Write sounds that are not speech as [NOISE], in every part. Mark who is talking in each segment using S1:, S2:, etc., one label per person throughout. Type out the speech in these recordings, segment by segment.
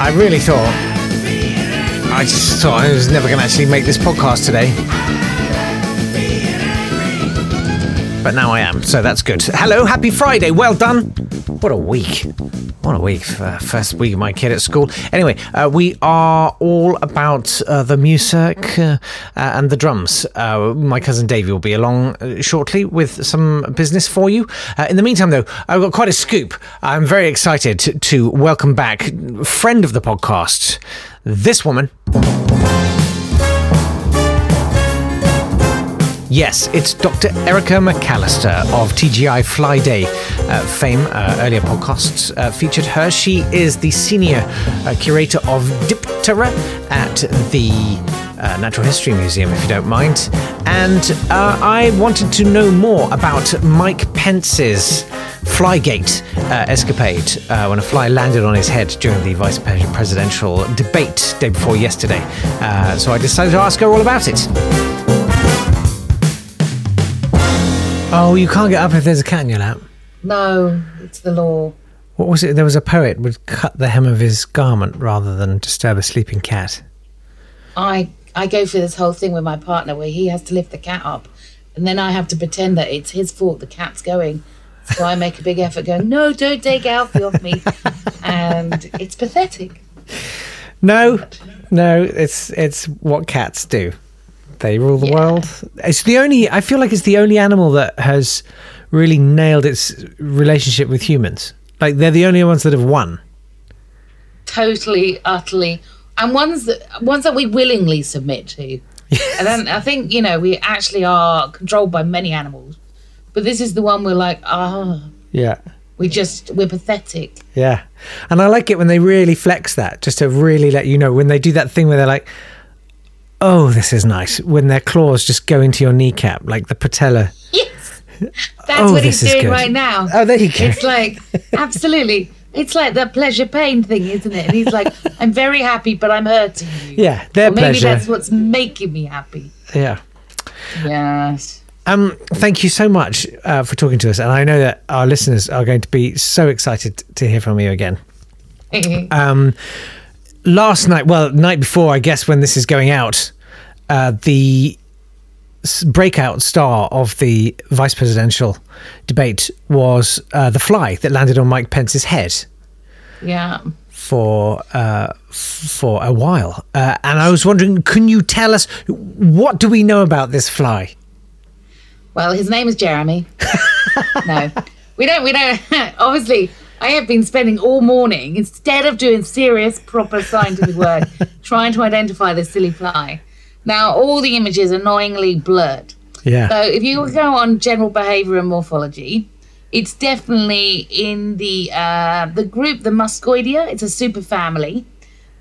S1: I really thought I just thought I was never going to actually make this podcast today. But now I am, so that's good. Hello, happy Friday. Well done. What a week. What a week. Uh, first week of my kid at school. Anyway, uh, we are all about uh, the music uh, and the drums. Uh, my cousin Davey will be along uh, shortly with some business for you. Uh, in the meantime, though, I've got quite a scoop. I'm very excited to, to welcome back friend of the podcast, this woman. Yes, it's Dr. Erica McAllister of TGI Fly Day uh, fame. Uh, earlier podcasts uh, featured her. She is the senior uh, curator of Diptera at the uh, Natural History Museum, if you don't mind. And uh, I wanted to know more about Mike Pence's Flygate uh, escapade uh, when a fly landed on his head during the vice presidential debate day before yesterday. Uh, so I decided to ask her all about it. Oh, you can't get up if there's a cat in your lap.
S2: No, it's the law.
S1: What was it? There was a poet would cut the hem of his garment rather than disturb a sleeping cat.
S2: I I go through this whole thing with my partner where he has to lift the cat up, and then I have to pretend that it's his fault the cat's going. So I make a big effort, going, "No, don't take Alfie off
S1: [LAUGHS]
S2: me," and it's pathetic.
S1: No, no, it's it's what cats do. They rule the
S2: Yeah.
S1: world. It's the only. I feel like it's the only animal that has really nailed its relationship with humans. Like they're the only ones that have won.
S2: Totally, utterly, and ones that ones that we willingly submit to. And then I think you know we actually are controlled by many animals, but this is the one we're like, ah,
S1: Yeah.
S2: we just we're pathetic.
S1: Yeah. And I like it when they really flex that, just to really let you know when they do that thing where they're like, oh, this is nice. When their claws just go into your kneecap, like the patella.
S2: Yes, that's
S1: Oh,
S2: what
S1: this
S2: he's
S1: is
S2: doing
S1: good.
S2: right now.
S1: Oh, there you go.
S2: It's like absolutely. It's like the pleasure pain thing, isn't it? And he's like, I'm very happy, but I'm hurting
S1: [LAUGHS]
S2: you.
S1: Yeah, their
S2: or maybe
S1: pleasure.
S2: that's what's making me happy.
S1: Yeah.
S2: Yes.
S1: Um, thank you so much uh, for talking to us. And I know that our listeners are going to be so excited to hear from you again. um, last night, well, night before, I guess, when this is going out, uh, the s- breakout star of the vice presidential debate was uh, the fly that landed on Mike Pence's head
S2: [LAUGHS] yeah.
S1: for uh, f- for a while. Uh, and I was wondering, can you tell us what do we know about this fly?
S2: Well, his name is
S1: [LAUGHS]
S2: Jeremy. no, we don't. We don't. [LAUGHS] obviously, I have been spending all morning instead of doing serious, proper scientific work,
S1: [LAUGHS]
S2: trying to identify this silly fly. Now, all the images annoyingly blurred.
S1: Yeah. Mm.
S2: So if you go on general behavior and morphology, it's definitely in the uh, the group the Muscoidea. It's a super family,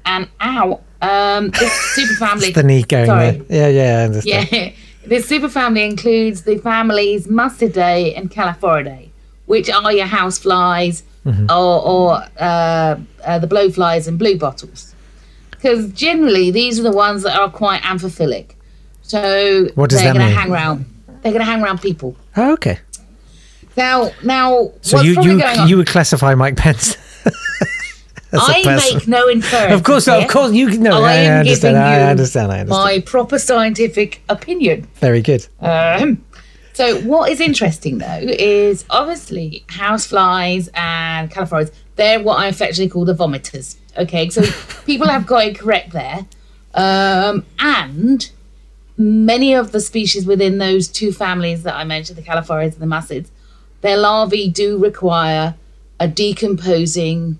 S2: and ow, um, this
S1: [LAUGHS]
S2: super family.
S1: the knee going
S2: Sorry.
S1: there. Yeah, yeah, I understand.
S2: Yeah. [LAUGHS] This superfamily includes the families Mustidae and Califoridae, which are your house flies
S1: Mm-hmm.
S2: or, or uh, uh, the blowflies and blue bottles. Because generally, these are the ones that are quite amphiphilic. So
S1: What does
S2: they're
S1: that
S2: gonna
S1: mean?
S2: hang around. They're going to hang around people.
S1: Oh, okay.
S2: Now, now,
S1: So
S2: what's
S1: you
S2: probably
S1: you
S2: going on?
S1: you would classify Mike Pence. [LAUGHS] as a
S2: I
S1: person.
S2: make no inference.
S1: Of course, of course, you can- no.
S2: Oh, I
S1: I, I
S2: am giving
S1: understand. I
S2: you
S1: understand. I understand.
S2: My proper scientific opinion.
S1: Very good.
S2: Um, So what is interesting though is obviously houseflies and califores, they're what I affectionately call the vomiters. Okay, so people have got it correct there. Um, and many of the species within those two families that I mentioned, the califores and the massids, their larvae do require a decomposing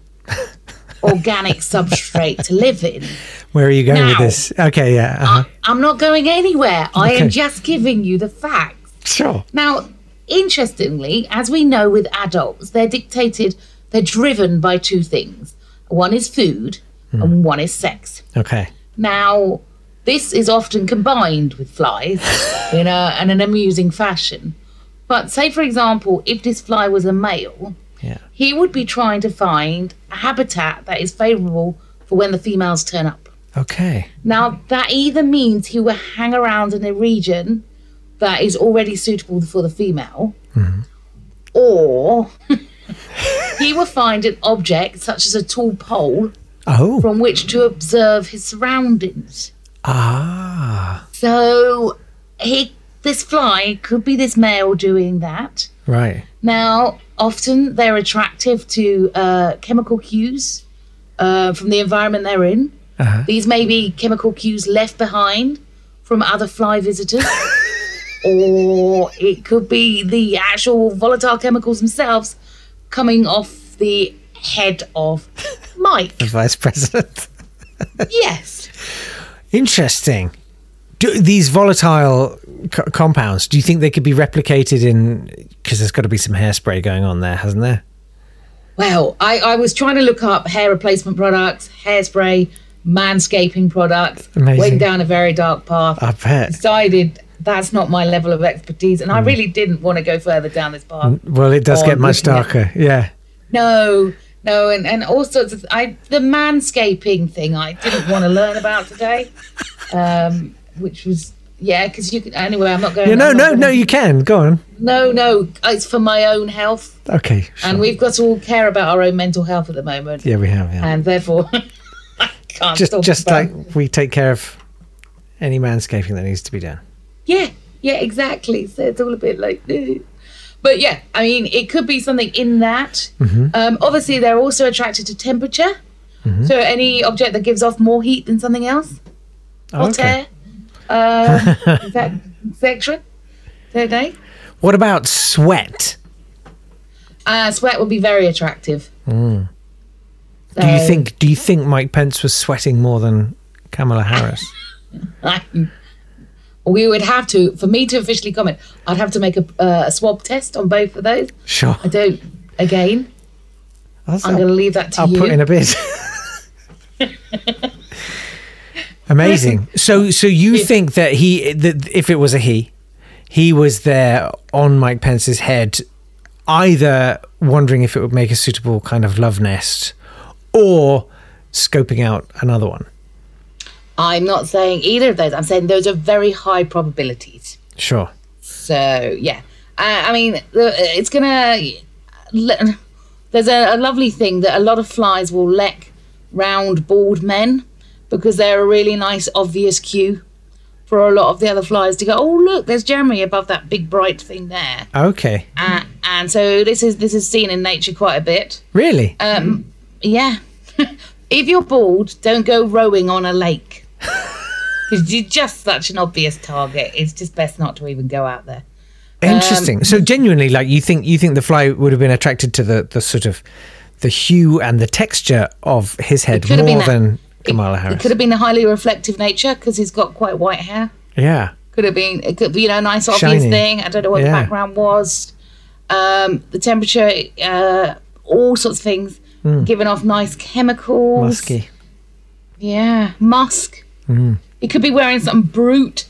S2: organic substrate to live in.
S1: Where are you going with
S2: Now. Uh,
S1: this? Okay, yeah. uh-huh.
S2: I, I'm not going anywhere. I
S1: Okay.
S2: am just giving you the facts.
S1: Sure.
S2: Now, interestingly, as we know with adults, they're dictated, they're driven by two things one is food and one is sex.
S1: Okay.
S2: Now, this is often combined with flies in, a, in an amusing fashion. But say, for example, if this fly was a male,
S1: Yeah.
S2: he would be trying to find a habitat that is favourable for when the females turn up.
S1: Okay.
S2: Now, that either means he will hang around in a region that is already suitable for the female, or [LAUGHS] he will find an object such as a tall pole
S1: Oh.
S2: from which to observe his surroundings.
S1: Ah.
S2: So, he, this fly could be this male doing that.
S1: Right.
S2: Now, often they're attractive to uh, chemical cues uh, from the environment they're in. These may be chemical cues left behind from other fly visitors, or it could be the actual volatile chemicals themselves coming off the head of Mike.
S1: [LAUGHS] The vice president.
S2: yes.
S1: Interesting. Do these volatile co- compounds? Do you think they could be replicated in? Because there's got to be some hairspray going on there, hasn't there?
S2: Well, I, I was trying to look up hair replacement products, hairspray, manscaping products.
S1: Amazing.
S2: Went down a very dark path.
S1: I bet.
S2: Decided that's not my level of expertise,
S1: Mm.
S2: and I really didn't want to go further down this path.
S1: Well, it does
S2: Oh,
S1: get much
S2: looking at-
S1: darker. Yeah.
S2: No, no, and, and all sorts of. I the manscaping thing I didn't want to learn about today, um, which was yeah, because you can anyway. I'm not going.
S1: Yeah. No.
S2: I'm not
S1: No. No.
S2: gonna-
S1: You can go on.
S2: no, no. It's for my own health,
S1: Okay. Sure.
S2: and we've got to all care about our own mental health at the moment.
S1: yeah, we have. Yeah.
S2: and therefore [LAUGHS] I can't
S1: Just,
S2: talk
S1: just
S2: about-
S1: like we take care of any manscaping that needs to be done.
S2: yeah, yeah, exactly. So it's all a bit like, [LAUGHS] eh. but yeah, I mean, it could be something in that.
S1: Mm-hmm.
S2: Um, obviously, they're also attracted to temperature, so any object that gives off more heat than something else, hot
S1: Oh, Okay.
S2: air,
S1: [LAUGHS]
S2: uh, that section, don't they?
S1: What about sweat?
S2: Uh, sweat would be very attractive.
S1: Mm. Do you
S2: So- [LAUGHS]
S1: think? Do you think Mike Pence was sweating more than Kamala
S2: [LAUGHS]
S1: Harris?
S2: I'm- we would have to, for me to officially comment, I'd have to make a, uh, a swab test on both of those.
S1: Sure.
S2: I don't, again,
S1: That's-
S2: I'm going to leave that to
S1: I'll
S2: you.
S1: put in a [LAUGHS] bid. Amazing. So, so you think that he, that if it was a he, he was there on Mike Pence's head, either wondering if it would make a suitable kind of love nest, or scoping out another one.
S2: I'm not saying either of those. I'm saying those are very high probabilities.
S1: Sure.
S2: So, yeah. Uh, I mean, the- it's going to. There's a, a lovely thing that a lot of flies will lick round, bald men because they're a really nice, obvious cue for a lot of the other flies to go, oh, look, there's Jeremy above that big, bright thing there.
S1: Okay.
S2: Uh, and so this is this is seen in nature quite a bit.
S1: Really?
S2: Um, yeah. [LAUGHS] if you're bald, don't go rowing on a lake.
S1: [LAUGHS]
S2: 'Cause you're just such an obvious target. It's just best not to even go out there. um,
S1: Interesting. so genuinely, like you think, you think the fly would have been attracted to the the sort of the hue and the texture of his head
S2: could have been
S1: more
S2: that.
S1: than Kamala
S2: It
S1: Harris.
S2: could have been a highly reflective nature because he's got quite white hair.
S1: yeah.
S2: Could have been, it could be, you know, a nice obvious
S1: Shiny.
S2: thing. I don't know what
S1: Yeah.
S2: the background was. Um, the temperature, uh, all sorts of things. Giving off nice chemicals.
S1: Hmm. Musky.
S2: Yeah, musk. He could be wearing some brute.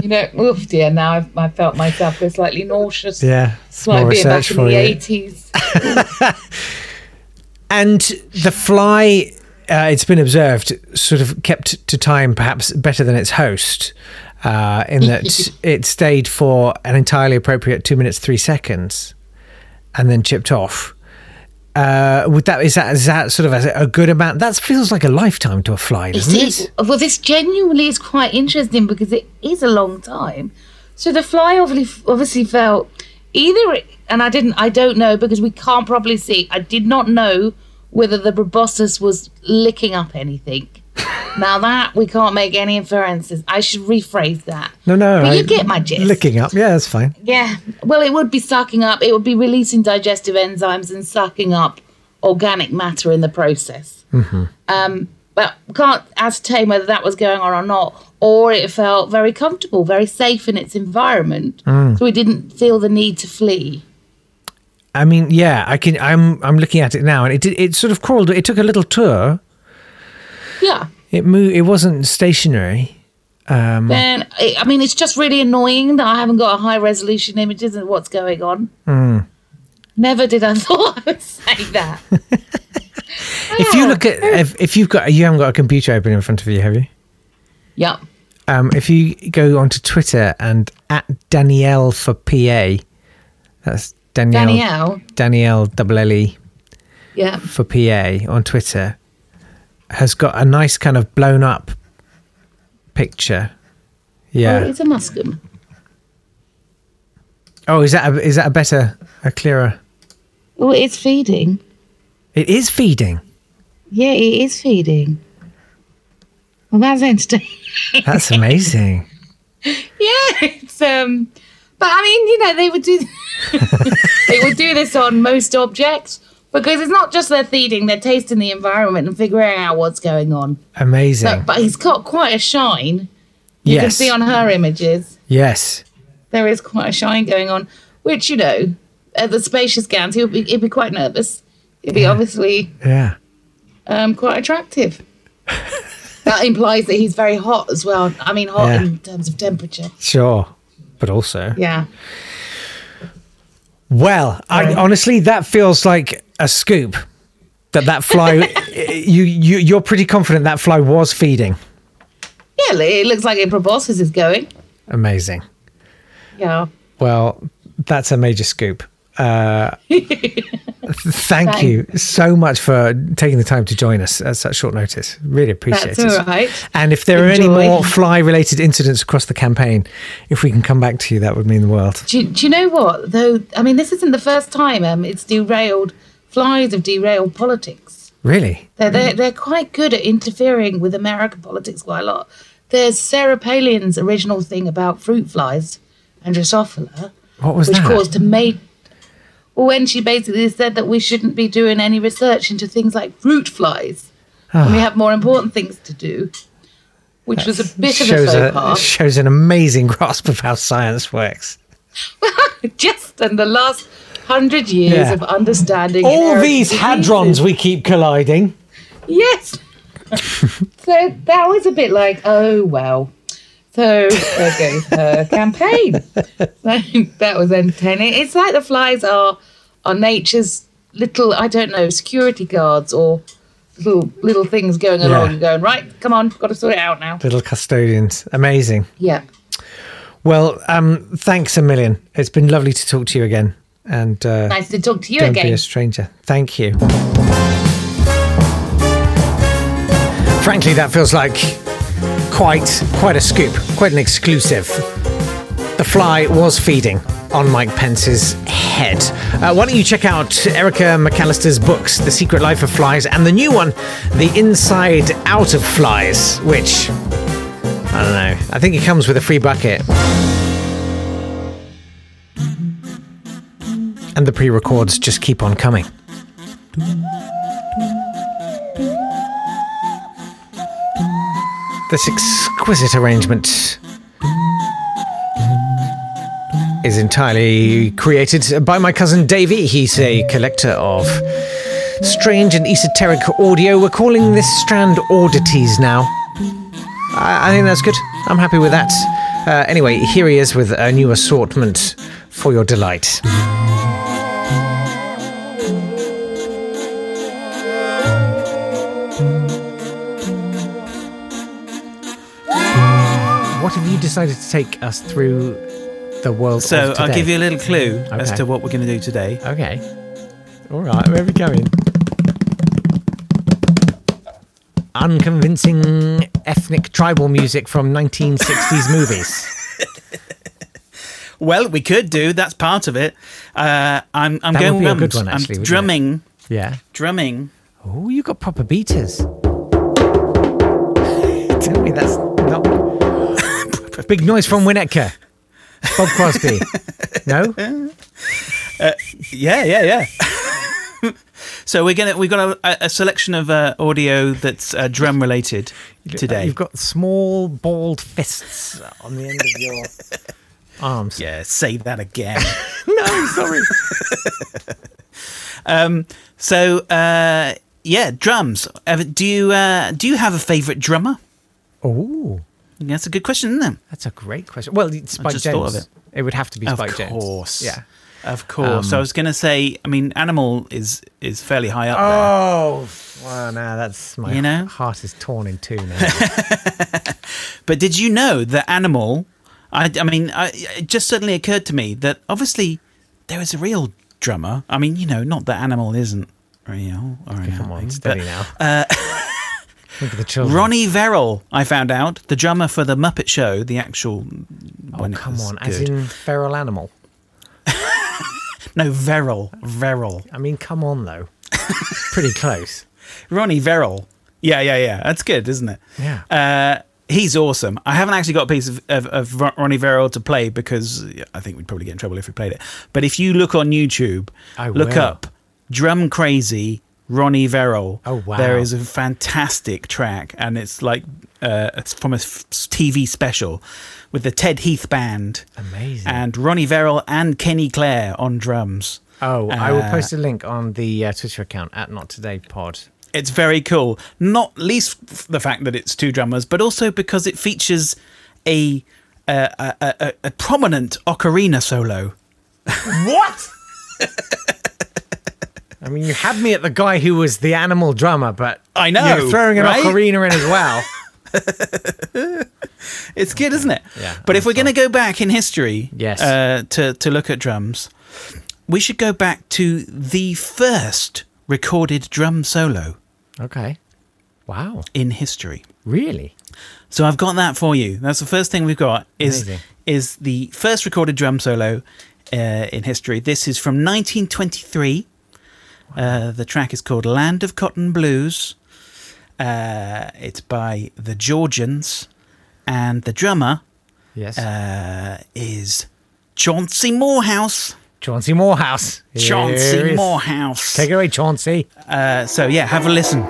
S2: you know, oh dear, now I've, I felt myself go slightly nauseous.
S1: Yeah.
S2: It's like being back in the 80s.
S1: And the fly, uh, it's been observed, sort of kept to time perhaps better than its host, uh, in
S2: [LAUGHS]
S1: that it stayed for an entirely appropriate two minutes, three seconds, and then chipped off. Uh, would that is that is that sort of a, a good amount? That feels like a lifetime to a fly, doesn't
S2: See,
S1: it?
S2: well, this genuinely is quite interesting because it is a long time. So the fly obviously, obviously felt either, it, and I didn't, I don't know because we can't properly see. I did not know whether the proboscis was licking up anything.
S1: [LAUGHS]
S2: now that we can't make any inferences. I should rephrase that.
S1: No, no.
S2: But you
S1: I-
S2: get my gist.
S1: Licking up. Yeah, that's fine.
S2: Yeah. Well, it would be sucking up. It would be releasing digestive enzymes and sucking up organic matter in the process. Um, but can't ascertain whether that was going on or not, or it felt very comfortable, very safe in its environment, so it didn't feel the need to flee.
S1: I mean, yeah, I can. I'm I'm looking at it now, and it did- it sort of crawled. It took a little tour.
S2: Yeah.
S1: It moved. It wasn't stationary.
S2: Then I I mean, it's just really annoying that I haven't got a high resolution images of what's going on. Never did I [LAUGHS] thought I would say that.
S1: If
S2: Oh.
S1: you look at if, if you've got you haven't got a computer open in front of you, have you?
S2: yep.
S1: Um, if you go onto Twitter and at Danielle for PA, that's Danielle
S2: Danielle.
S1: Danielle double L E
S2: Yeah.
S1: for PA on Twitter has got a nice kind of blown up picture.
S2: Oh,
S1: Yeah.
S2: it's a muscum.
S1: Oh, is that a, is that a better a clearer?
S2: Well, it's feeding.
S1: It is feeding.
S2: Yeah, it is feeding. Well, that's interesting.
S1: That's amazing.
S2: [LAUGHS] Yeah, it's um, but I mean, you know, they would [LAUGHS] do they would do this on most objects because it's not just they're feeding; they're tasting the environment and figuring out what's going on.
S1: Amazing.
S2: But, but he's got quite a shine. You can
S1: yes.
S2: see on her images
S1: yes.
S2: there is quite a shine going on, which you know, at the spacious gowns, he'd be, he'd be quite nervous. He'd be obviously
S1: Yeah.
S2: um, quite attractive. that implies that he's very hot as well. I mean, hot
S1: Yeah.
S2: in terms of temperature.
S1: Sure. But also.
S2: Yeah.
S1: Well, I honestly that feels like a scoop. That that
S2: [LAUGHS]
S1: fly you you you're pretty confident that fly was feeding.
S2: Yeah, li- it looks like it proboscis is going.
S1: Amazing.
S2: Yeah.
S1: Well, that's a major scoop.
S2: [LAUGHS]
S1: Uh, thank you so much for taking the time to join us at such short notice. Really appreciate
S2: That's
S1: it.
S2: all right.
S1: And if there are
S2: Enjoy.
S1: any more fly related incidents across the campaign, if we can come back to you, that would mean the world.
S2: Do, do you know what, though? I mean, this isn't the first time um, it's derailed, flies have derailed politics.
S1: Really?
S2: They're, they're, they're quite good at interfering with American politics quite a lot. There's Sarah Palin's original thing about fruit flies and Drosophila,
S1: What was
S2: which
S1: that?
S2: caused a mate. Well, when she basically said that we shouldn't be doing any research into things like fruit flies, and we
S1: Ah.
S2: have more important things to do, which was a bit of a
S1: shows,
S2: faux
S1: a,
S2: pas. [LAUGHS]
S1: shows an amazing [LAUGHS] grasp of how science works.
S2: just in the last hundred years
S1: Yeah.
S2: of understanding and
S1: All
S2: error
S1: these
S2: diseases.
S1: hadrons we keep colliding. [LAUGHS]
S2: Yes. so that was a bit like, oh well. So there goes her campaign. So that was entertaining. It's like the flies are are nature's little, I don't know, security guards or little little things going along and going, right, come on, gotta sort it out now.
S1: Little custodians. Amazing.
S2: Yeah.
S1: Well, um, thanks a million. It's been lovely to talk to you again. And uh,
S2: Nice to talk to you
S1: Don't be
S2: again.
S1: a stranger. Thank you. Frankly, that feels like quite quite a scoop, quite an exclusive. The fly was feeding on Mike Pence's head. Uh, why don't you check out Erica McAllister's books, The Secret Life of Flies, and the new one, The Inside Out of Flies, which I don't know. I think it comes with a free bucket. and the pre records just keep on coming. This exquisite arrangement is entirely created by my cousin Davey. He's a collector of strange and esoteric audio. We're calling this strand oddities now. I, I think that's good. I'm happy with that. Uh, anyway, here he is with a new assortment for your delight. What have you decided to take us through the world?
S3: So
S1: of
S3: I'll
S1: today?
S3: give you a little clue as
S1: Okay.
S3: to what we're going to do today.
S1: Okay. All right, where are we going? Unconvincing ethnic tribal music from 1960s movies.
S3: Well, we could do. That's part of it. Uh, I'm I'm
S1: That
S3: going
S1: would be a
S3: mums.
S1: good one, actually,
S3: I'm
S1: wouldn't it?
S3: drumming,
S1: Yeah.
S3: drumming.
S1: Oh, you got proper beaters. [LAUGHS] Tell me that's not. [LAUGHS] Big noise from Winnetka. Bob Crosby. no?
S3: Yeah, yeah, yeah. [LAUGHS] so we're gonna we've got a, a selection of uh, audio that's uh, drum related today.
S1: You've got small, bald fists on the end of your arms.
S3: yeah, say that again.
S1: [LAUGHS] No,
S3: [LAUGHS]
S1: sorry.
S3: Um, so uh, yeah, drums. Uh, Do you uh, do you have a favourite drummer?
S1: oh,
S3: That's a good question, isn't it?
S1: that's a great question. Well, it's Spike
S3: just
S1: Jones.
S3: thought of
S1: it. would have to be Spike
S3: of
S1: Jones.
S3: course.
S1: Yeah. Um,
S3: Of course. so I was going to say, I mean, Animal is is fairly high up there.
S1: Oh, well, now that's my
S3: You know?
S1: heart is torn in two now.
S3: [LAUGHS] But did you know that Animal? I, I mean, I, it just suddenly occurred to me that obviously there is a real drummer. I mean, you know, not that Animal isn't real or
S1: Come on,
S3: anything,
S1: steady
S3: but uh,
S1: now. Look at the children.
S3: Ronnie Verrill, I found out, the drummer for the Muppet Show, the actual.
S1: Oh,
S3: when it
S1: come
S3: was
S1: on. As
S3: good.
S1: in feral animal.
S3: no Verrill, Verrill,
S1: I mean, come on,
S3: [LAUGHS]
S1: though. It's pretty close.
S3: Ronnie Verrill. Yeah, yeah, yeah. That's good, isn't it?
S1: Yeah.
S3: Uh, he's awesome. I haven't actually got a piece of, of, of Ro- Ronnie Verrill to play because I think we'd probably get in trouble if we played it. But if you look on YouTube,
S1: I
S3: look
S1: will.
S3: up Drum Crazy Ronnie Verrill.
S1: Oh, wow.
S3: There is a fantastic track, and it's like uh, it's from a f- TV special with the Ted Heath Band.
S1: Amazing.
S3: And Ronnie Verrill and Kenny Clare on drums.
S1: oh, I will
S3: Uh,
S1: post a link on the uh, Twitter account at Not Today Pod.
S3: It's very cool. Not least f- the fact that it's two drummers, but also because it features a uh, a, a, a, a prominent ocarina solo. [LAUGHS]
S1: What? I mean, you had me at the guy who was the animal drummer, but
S3: I know,
S1: you're throwing an
S3: right?
S1: ocarina in as
S3: [LAUGHS]
S1: well.
S3: It's good, isn't it?
S1: Yeah,
S3: But if
S1: that's
S3: we're going to go back in history,
S1: Yes.
S3: uh, to to look at drums, we should go back to the first recorded drum solo
S1: okay. Wow.
S3: in history.
S1: Really?
S3: So I've got that for you. That's the first thing we've got is
S1: Amazing.
S3: is the first recorded drum solo uh, in history. This is from 1923. Uh, the track is called "Land of Cotton Blues." Uh, it's by the Georgians, and the drummer
S1: Yes.
S3: uh, is Chauncey Morehouse.
S1: Chauncey Morehouse. Here
S3: Chauncey
S1: is-
S3: Morehouse.
S1: Take it away, Chauncey.
S3: Uh, so yeah, have a listen.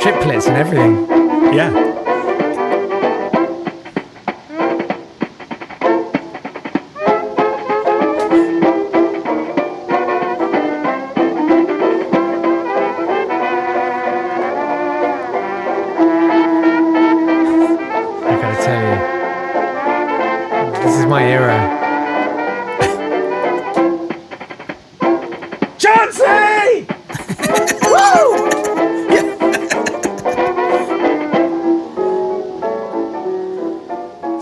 S1: Triplets and everything.
S3: Yeah.
S1: I gotta tell you, this is my era. Chauncey!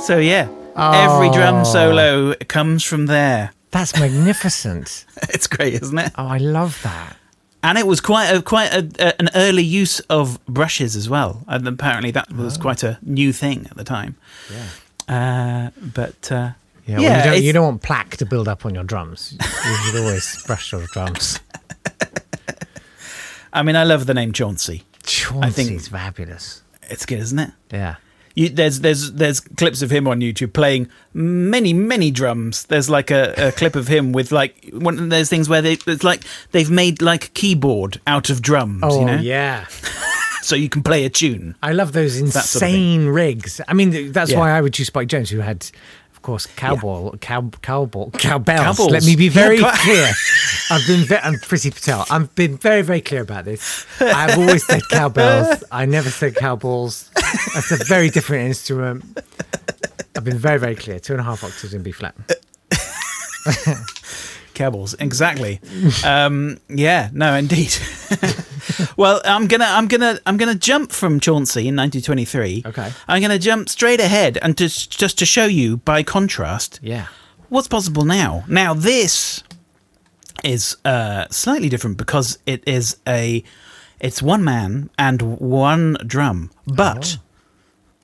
S3: So yeah, every
S1: Oh.
S3: drum solo comes
S1: [LAUGHS]
S3: from there.
S1: That's magnificent.
S3: It's great, isn't it?
S1: Oh, I love that.
S3: and it was quite a quite a, a, an early use of brushes as well, and apparently that was
S1: Oh.
S3: quite a new thing at the time. Yeah, uh, but uh,
S1: Yeah, well, you, don't,
S3: it's-
S1: you don't want plaque to build up on your drums. You should always [LAUGHS] brush your
S3: [LAUGHS]
S1: drums.
S3: I mean, I love the name Chauncey.
S1: Chauncey's
S3: think-
S1: fabulous.
S3: It's good, isn't it?
S1: Yeah.
S3: You, there's there's there's clips of him on YouTube playing many many drums. There's like a, a clip of him with like one of those things where they it's like they've made like a keyboard out of drums,
S1: Oh,
S3: you know,
S1: yeah.
S3: so you can play a tune.
S1: I love those
S3: That sort of thing.
S1: insane rigs. I mean, th- that's
S3: Yeah.
S1: why I would choose Spike Jones, who had, of course, cowball, cow, cowball, cowbells.
S3: Cowbells.
S1: Let me be
S3: Yeah,
S1: very
S3: cow-
S1: clear. I've been, ve- I'm pretty Patel. I've been very, very clear about this. I've always said cowbells. I never said cowballs. That's a very different instrument. I've been very, very clear. Two and a half octaves in B flat.
S3: Kebbles, exactly. um, yeah, no, indeed. [LAUGHS] well, I'm gonna, I'm gonna, I'm gonna jump from Chauncey in 1923.
S1: Okay.
S3: I'm gonna jump straight ahead and just, just to show you, by contrast,
S1: Yeah.
S3: what's possible now. Now this is uh, slightly different because it is a It's one man and one drum. But
S1: Oh.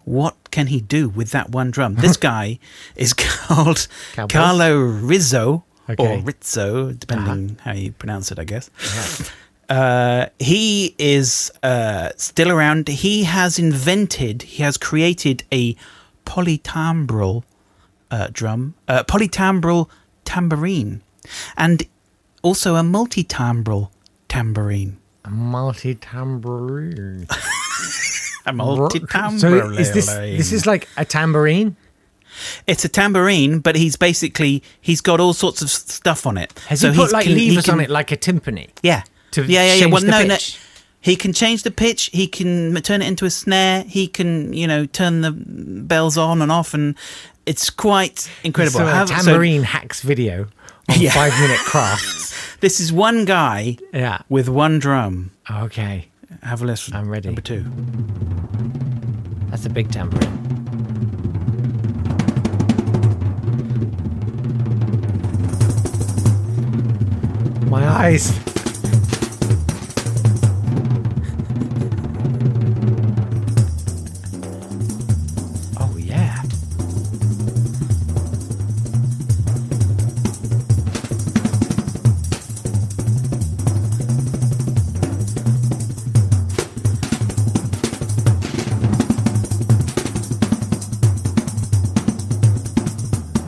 S3: what can he do with that one drum?
S1: [LAUGHS]
S3: This guy is [LAUGHS] called
S1: Cowboys?
S3: Carlo Oh, Rizzo
S1: Okay. Uh-huh.
S3: or Rizzo, depending how you pronounce it, I guess. Uh, he is uh, still around. He has invented, he has created a polytimbral uh, drum, uh, polytimbral tambourine, and also a multitimbral tambourine.
S1: multi tambourine.
S3: A multitimbral.
S1: So is this this is like a tambourine?
S3: It's a tambourine, but he's basically he's got all sorts of stuff on it.
S1: Has
S3: so
S1: he put
S3: he's
S1: like
S3: can- he
S1: levers on
S3: can-
S1: it like a timpani?
S3: Yeah.
S1: to
S3: yeah, yeah, yeah.
S1: change
S3: Well,
S1: the
S3: no,
S1: pitch?
S3: no. He can change the pitch. He can m- turn it into a snare. He can, you know, turn the bells on and off, and it's quite incredible.
S1: So a
S3: However- so
S1: tambourine hacks video on
S3: Yeah.
S1: five
S3: [LAUGHS]
S1: minute crafts.
S3: this is one guy
S1: yeah.
S3: with one drum.
S1: Okay.
S3: Have a listen.
S1: I'm ready.
S3: Number two.
S1: That's a big tambourine. My eyes. Oh yeah.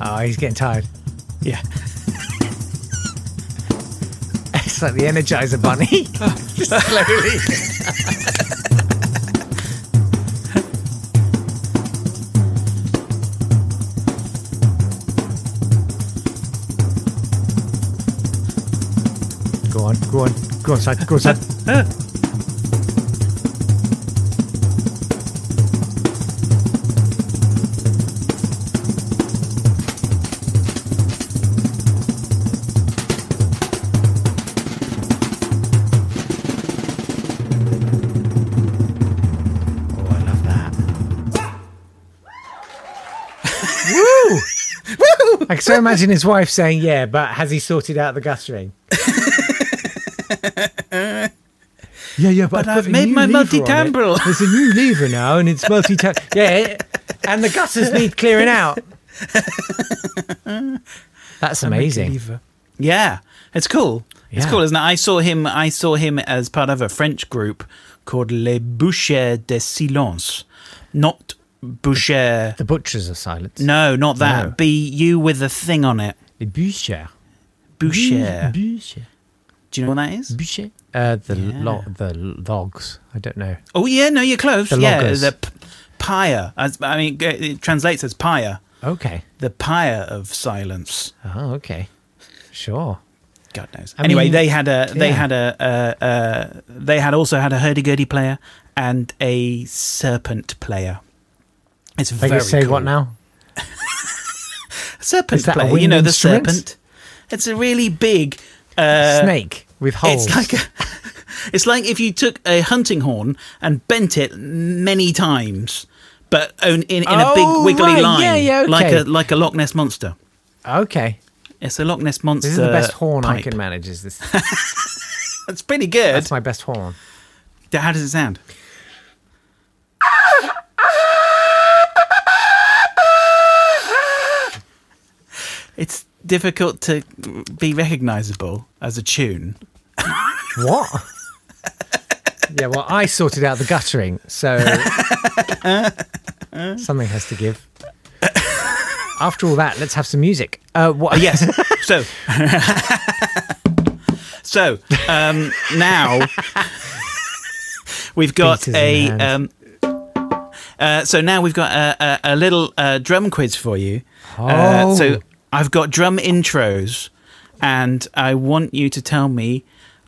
S1: Oh, he's getting tired.
S3: Yeah.
S1: It's like the Energizer Bunny. Just slowly. go on, go on, go on, side, go on, side. Oh, I love that. Woo! Woo! I can so imagine his wife saying, "Yeah, but has he sorted out the
S3: [LAUGHS]
S1: guttering?" yeah, yeah, but,
S3: I've
S1: put a
S3: made
S1: new
S3: my
S1: lever on it.
S3: multi-timbre.
S1: There's a new lever now, and it's multi
S3: [LAUGHS]
S1: tamper. yeah, and the gutters need clearing out. That's amazing.
S3: Yeah, it's cool. It's
S1: Yeah.
S3: cool, isn't it? I saw him. I saw him as part of a French group called Les Bouchers de Silence, not Boucher.
S1: The butchers are silent.
S3: No, not that.
S1: No.
S3: B U with a thing on it.
S1: the butcher.
S3: Boucher.
S1: Butcher.
S3: Do you know what that is?
S1: Boucher? Uh, the lo-
S3: Yeah.
S1: the logs. I don't know.
S3: Oh yeah, no, you're close.
S1: The
S3: yeah,
S1: loggers.
S3: the p- pyre. As- I mean, g- it translates as pyre.
S1: Okay.
S3: The pyre of silence.
S1: Oh, okay. Sure.
S3: God knows.
S1: I
S3: anyway,
S1: mean,
S3: they had a they
S1: yeah.
S3: had a uh, uh, they had also had a hurdy gurdy player and a serpent player. It's
S1: They
S3: very
S1: can say
S3: cool.
S1: what now?
S3: Serpent
S1: Is that a
S3: player.
S1: winged
S3: You know the
S1: instrument?
S3: serpent. It's a really big. Uh,
S1: Snake with holes.
S3: It's like a, [LAUGHS] it's like if you took a hunting horn and bent it many times, but on, in, in a
S1: Oh,
S3: big wiggly
S1: right.
S3: line,
S1: Yeah, yeah,
S3: like a
S1: okay.
S3: like a Loch Ness monster.
S1: okay.
S3: It's a Loch Ness monster.
S1: This is the best horn I
S3: pipe.
S1: can manage. Is
S3: [LAUGHS]
S1: this?
S3: That's pretty good.
S1: That's my best horn.
S3: How does it sound? It's difficult to be recognizable as a tune. [LAUGHS]
S1: What? yeah. Well, I sorted out the guttering,
S3: [LAUGHS]
S1: so something has to give. After all that, let's have some music. Uh, what?
S3: [LAUGHS] Yes. So, so um, now we've got
S1: Beaters in
S3: a.
S1: hand.
S3: Um, uh, so now we've got a, a, a little uh, drum quiz for you. Uh,
S1: Oh.
S3: so I've got drum intros, and I want you to tell me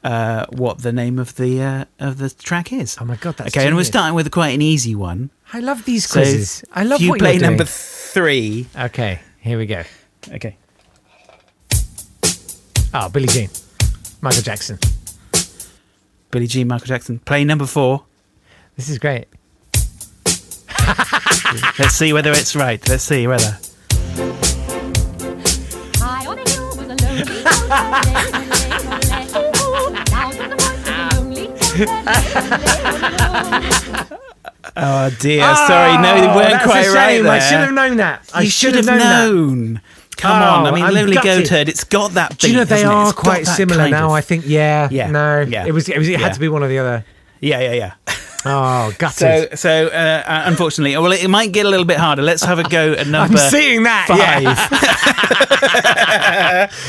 S3: uh, what the name of the uh, of the track is.
S1: Oh my God, that's
S3: okay, and we're
S1: genius.
S3: starting with quite an easy one.
S1: I love these
S3: So
S1: quizzes. I love
S3: if you
S1: what
S3: play
S1: you're
S3: number
S1: doing.
S3: three.
S1: okay. Here we go.
S3: Okay.
S1: Oh, Billie Jean, Michael Jackson.
S3: Billy Jean, Michael Jackson. Play number four.
S1: This is great.
S3: Let's see whether it's right. Let's see whether.
S4: High on a hill was a lonely old lady. Down to the voice of a lonely
S3: Oh dear, sorry, no, they weren't
S1: Oh, that's
S3: quite
S1: a shame.
S3: right there.
S1: I should have known that. I
S3: you should have known.
S1: that.
S3: Come on,
S1: Oh,
S3: I mean,
S1: I'm
S3: Lonely
S1: gutted.
S3: Goat Herd. It's got that. Beat,
S1: Do you know they
S3: hasn't it?
S1: are
S3: It's got
S1: quite
S3: that
S1: similar
S3: kind
S1: now?
S3: of-
S1: I think. Yeah.
S3: Yeah,
S1: No.
S3: yeah.
S1: It was. It was. It had
S3: Yeah.
S1: to be one or the other.
S3: yeah, yeah, yeah.
S1: Oh,
S3: [LAUGHS] So,
S1: gutted.
S3: so uh, uh, unfortunately, well, it might get a little bit harder. Let's have a [LAUGHS] go at
S1: I'm
S3: number
S1: seeing that.
S3: five.
S1: Yeah.
S3: [LAUGHS]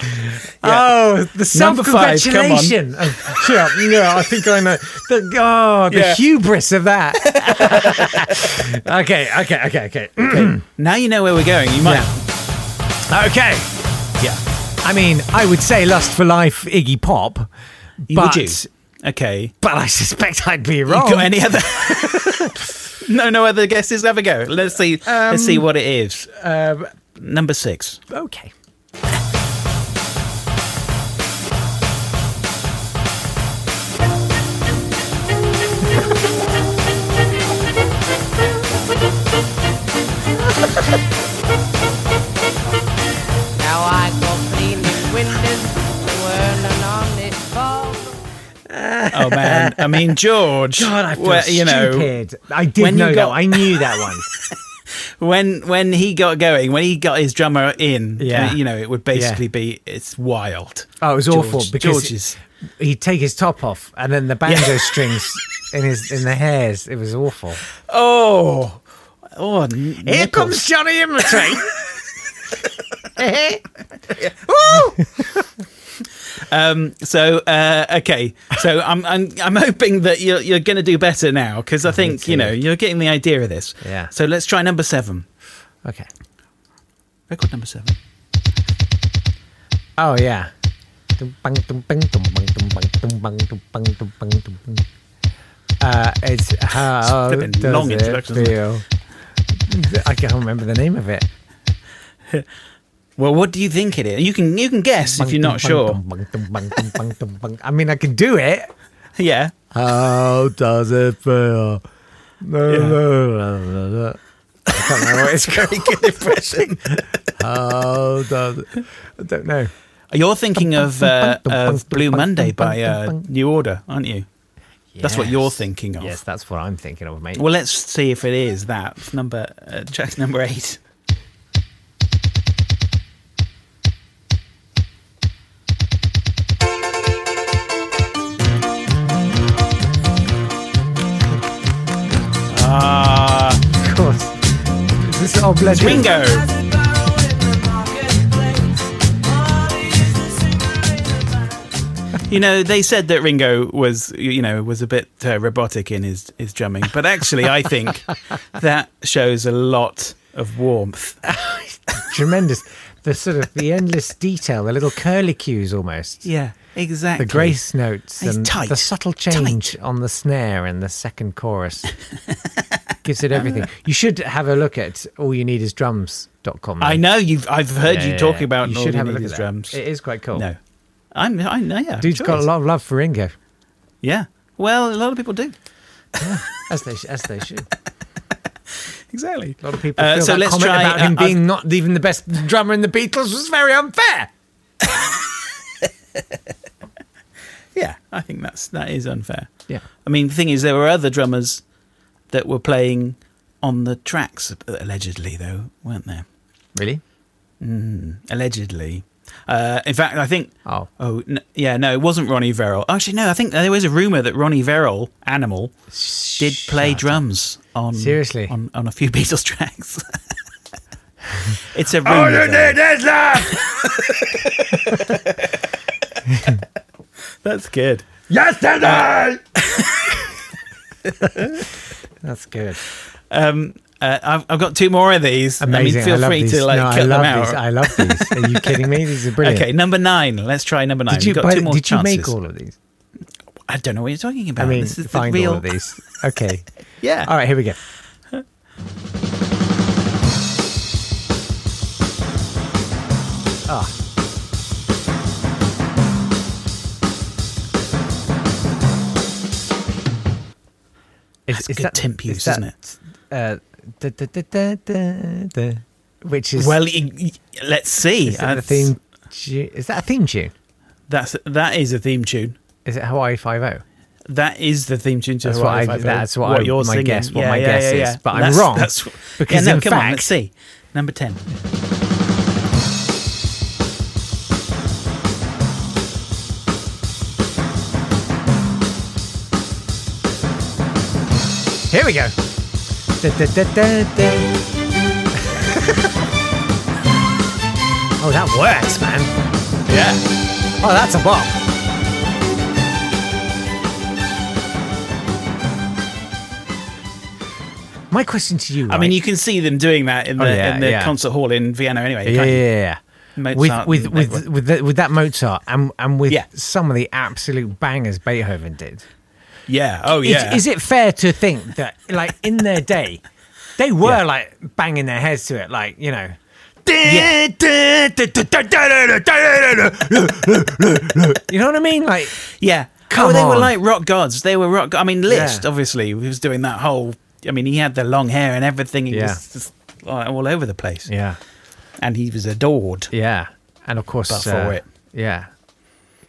S1: [LAUGHS] Oh, the
S3: Number five, come on.
S1: self-congratulation. Oh, yeah, yeah, I think I know. The, oh, the
S3: Yeah.
S1: hubris of that. [LAUGHS] okay, okay, okay, okay. [CLEARS THROAT]
S3: Now you know where we're going. You might.
S1: Okay.
S3: Yeah.
S1: I mean, I would say Lust for Life Iggy Pop, but,
S3: Would you? Okay.
S1: but I suspect I'd be
S3: You
S1: wrong.
S3: got any [LAUGHS] other? no, no other guesses. Have a go. Let's see. let's see what it is. uh, Number six.
S1: okay.
S5: Now I go cleaning windows, whirling on it ball.
S3: Oh man. I mean, George.
S1: God, I feel
S3: well, you know,
S1: stupid. I did
S3: when you
S1: know that.
S3: got-
S1: I knew that one.
S3: when when he got going, when he got his drummer in,
S1: Yeah.
S3: uh, you know, it would basically be it's wild.
S1: Oh, it was
S3: George-
S1: awful because
S3: George is-
S1: he'd take his top off and then the banjo
S3: [LAUGHS] Yeah.
S1: strings in his in the hairs. It was awful.
S3: oh oh. n-
S1: Here
S3: nipples.
S1: comes Johnny Immertrain.
S3: Um, so uh, okay, so I'm I'm I'm hoping that you're you're going to do better now because I think you know you're getting the idea of this.
S1: Yeah.
S3: So let's try number seven.
S1: [LAUGHS] okay.
S3: Record number seven.
S1: Oh yeah. Uh, it's how
S3: flipping
S1: does
S3: long
S1: it
S3: introduction, isn't
S1: feel? I can't remember the name of it.
S3: Well, what do you think it is? You can you can guess if you're not sure.
S1: I mean, I can do it.
S3: Yeah.
S1: How does it feel? No, I can't remember [LAUGHS] what it's called.
S3: Good impression.
S1: How does it? I don't know.
S3: You're thinking of uh, of Blue Monday by uh, New Order, aren't you? That's what you're
S1: Yes.
S3: thinking of.
S1: Yes, that's what I'm thinking of, mate.
S3: Well, let's see if it is that It's number uh, track [LAUGHS] number eight. Ah,
S1: of course. Is this all bloody
S3: Ringo. You know, they said that Ringo was, you know, was a bit uh, robotic in his his drumming, but actually,
S1: [LAUGHS]
S3: I think that shows a lot of warmth.
S1: Tremendous. The sort of the endless detail, the little curlicues almost.
S3: Yeah, exactly.
S1: The grace notes
S3: It's
S1: and
S3: tight, [LAUGHS]
S1: the subtle change on the snare in the second chorus. gives it everything. You should have a look at all you need is drums.com.
S3: I know you've. I've heard
S1: Yeah,
S3: you
S1: yeah,
S3: talking
S1: yeah.
S3: about.
S1: You
S3: All
S1: should
S3: You
S1: have a
S3: Need
S1: look
S3: Is
S1: at that.
S3: drums.
S1: It is quite cool.
S3: No, I'm. I know. Yeah,
S1: Dude's
S3: sure
S1: got a
S3: it's-
S1: lot of love for Ringo,
S3: Yeah. Well, a lot of people do.
S1: as they sh- as they should.
S3: Exactly.
S1: A lot of people
S3: Uh,
S1: feel
S3: so
S1: that
S3: let's
S1: comment
S3: try,
S1: about
S3: uh,
S1: him
S3: I've-
S1: being not even the best drummer in the Beatles was very unfair.
S3: Yeah, I think that's that is unfair.
S1: Yeah.
S3: I mean, the thing is, there were other drummers that were playing on the tracks allegedly, though, weren't there?
S1: Really?
S3: Allegedly. Uh, in fact, I think.
S1: Oh.
S3: Oh, n- yeah, no, it wasn't Ronnie Verrill. Actually, no, I think there was a rumor that Ronnie Verrill, Animal, did play drums on
S1: Seriously?
S3: on, on a few [LAUGHS] Beatles tracks. it's a rumor. Oh, you
S1: is love.
S3: [LAUGHS] That's good.
S1: Yesterday. [LAUGHS] That's good.
S3: Um, uh, I've, I've got two more of these.
S1: Amazing.
S3: I mean, feel
S1: love
S3: free
S1: these.
S3: to like
S1: no,
S3: cut
S1: I love
S3: them out.
S1: these. I love these. Are you kidding me?
S3: [LAUGHS]
S1: These are brilliant.
S3: Okay, number nine. Let's try number nine.
S1: Did you,
S3: We've got
S1: buy-
S3: two more
S1: did you
S3: chances.
S1: make all of these?
S3: I don't know what you're talking about.
S1: I mean,
S3: this is
S1: find
S3: the real.
S1: all of these. Okay.
S3: [LAUGHS] Yeah.
S1: All right, here we go. Ah, is,
S3: That's good temp use,
S1: is
S3: isn't it?
S1: that, Uh, da, da, da, da, da, da, which is
S3: Well, you, you- let's see.
S1: is that a
S3: That's-
S1: theme? tu- Is that a theme tune?
S3: That's that is a theme tune.
S1: Is it Hawaii Five O?
S3: That is the theme tune to
S1: That's
S3: Hawaii
S1: what I-
S3: Five-O,
S1: that's what I-
S3: you're
S1: my
S3: singing.
S1: guess- what
S3: yeah,
S1: my
S3: yeah,
S1: guess
S3: yeah,
S1: is,
S3: yeah.
S1: but I'm
S3: That's-
S1: wrong, [LAUGHS]
S3: That's
S1: because
S3: yeah, no,
S1: in
S3: come on,
S1: fact-
S3: let's see. Number ten.
S1: Here we go. Da, da, da, da, da. oh, that works, man.
S3: Yeah.
S1: Oh, that's a bomb. My question to you.
S3: I mean, you can see them doing that in the
S1: Oh, yeah,
S3: in the
S1: yeah.
S3: concert hall in Vienna anyway.
S1: Yeah,
S3: can't you?
S1: yeah, yeah.
S3: Mozart
S1: with with
S3: and
S1: with
S3: everyone.
S1: with, the, with that Mozart and and with
S3: Yeah.
S1: some of the absolute bangers Beethoven did.
S3: Yeah. Oh,
S1: Is-
S3: yeah.
S1: Is, it fair to think that, like, in their day, they were like banging their heads to it, like you know. you know what I mean? Like,
S3: Yeah.
S1: Come
S3: oh, they were
S1: on.
S3: like rock gods. They were rock. I mean, Liszt
S1: Yeah.
S3: obviously he was doing that whole. I mean, he had the long hair and everything. He
S1: Yeah.
S3: was just like, all over the place,
S1: yeah,
S3: and he was adored.
S1: yeah, and of course,
S3: But for
S1: uh,
S3: it.
S1: yeah,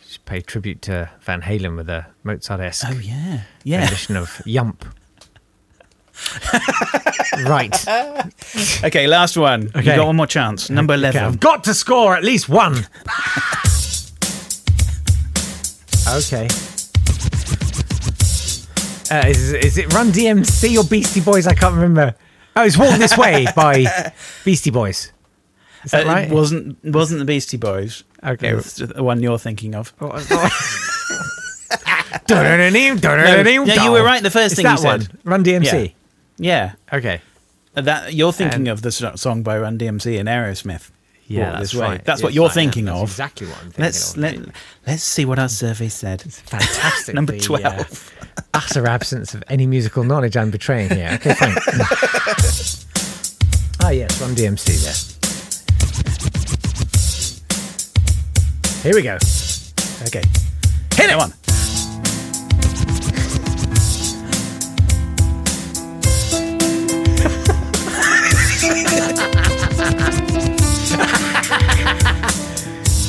S1: should pay tribute to Van Halen with a Mozart-esque
S3: Oh yeah, yeah.
S1: rendition of [LAUGHS] "Yump." right, okay,
S3: [LAUGHS] okay, last one.
S1: Okay.
S3: You got one more chance. Number eleven.
S1: I've got to score at least one. okay. Uh, is, is it Run DMC or Beastie Boys? I can't remember. Oh, it's Walk This
S3: [LAUGHS]
S1: Way by Beastie Boys. Is that
S3: Uh,
S1: right? [LAUGHS]
S3: It wasn't wasn't the Beastie Boys.
S1: Okay. Oh,
S3: It's the one you're thinking of.
S1: no, no,
S3: no, you were right the first thing
S1: that
S3: you said.
S1: one. Run DMC.
S3: Yeah, Uh,
S1: Okay.
S3: that you're thinking
S1: And-
S3: of the so- song by Run DMC and Aerosmith.
S1: Yeah,
S3: Walk
S1: that's
S3: This Way.
S1: right.
S3: That's what
S1: Yes,
S3: you're
S1: I am.
S3: thinking
S1: That's
S3: of.
S1: exactly what I'm thinking
S3: Let's
S1: of.
S3: let, let's see what our survey said.
S1: Fantastic.
S3: [LAUGHS] Number
S1: The, uh,
S3: 12.
S1: utter absence of any musical knowledge I'm betraying here. Okay, fine. Ah, yes, Run DMC there. Here we go.
S3: Okay. Hit it! Come on.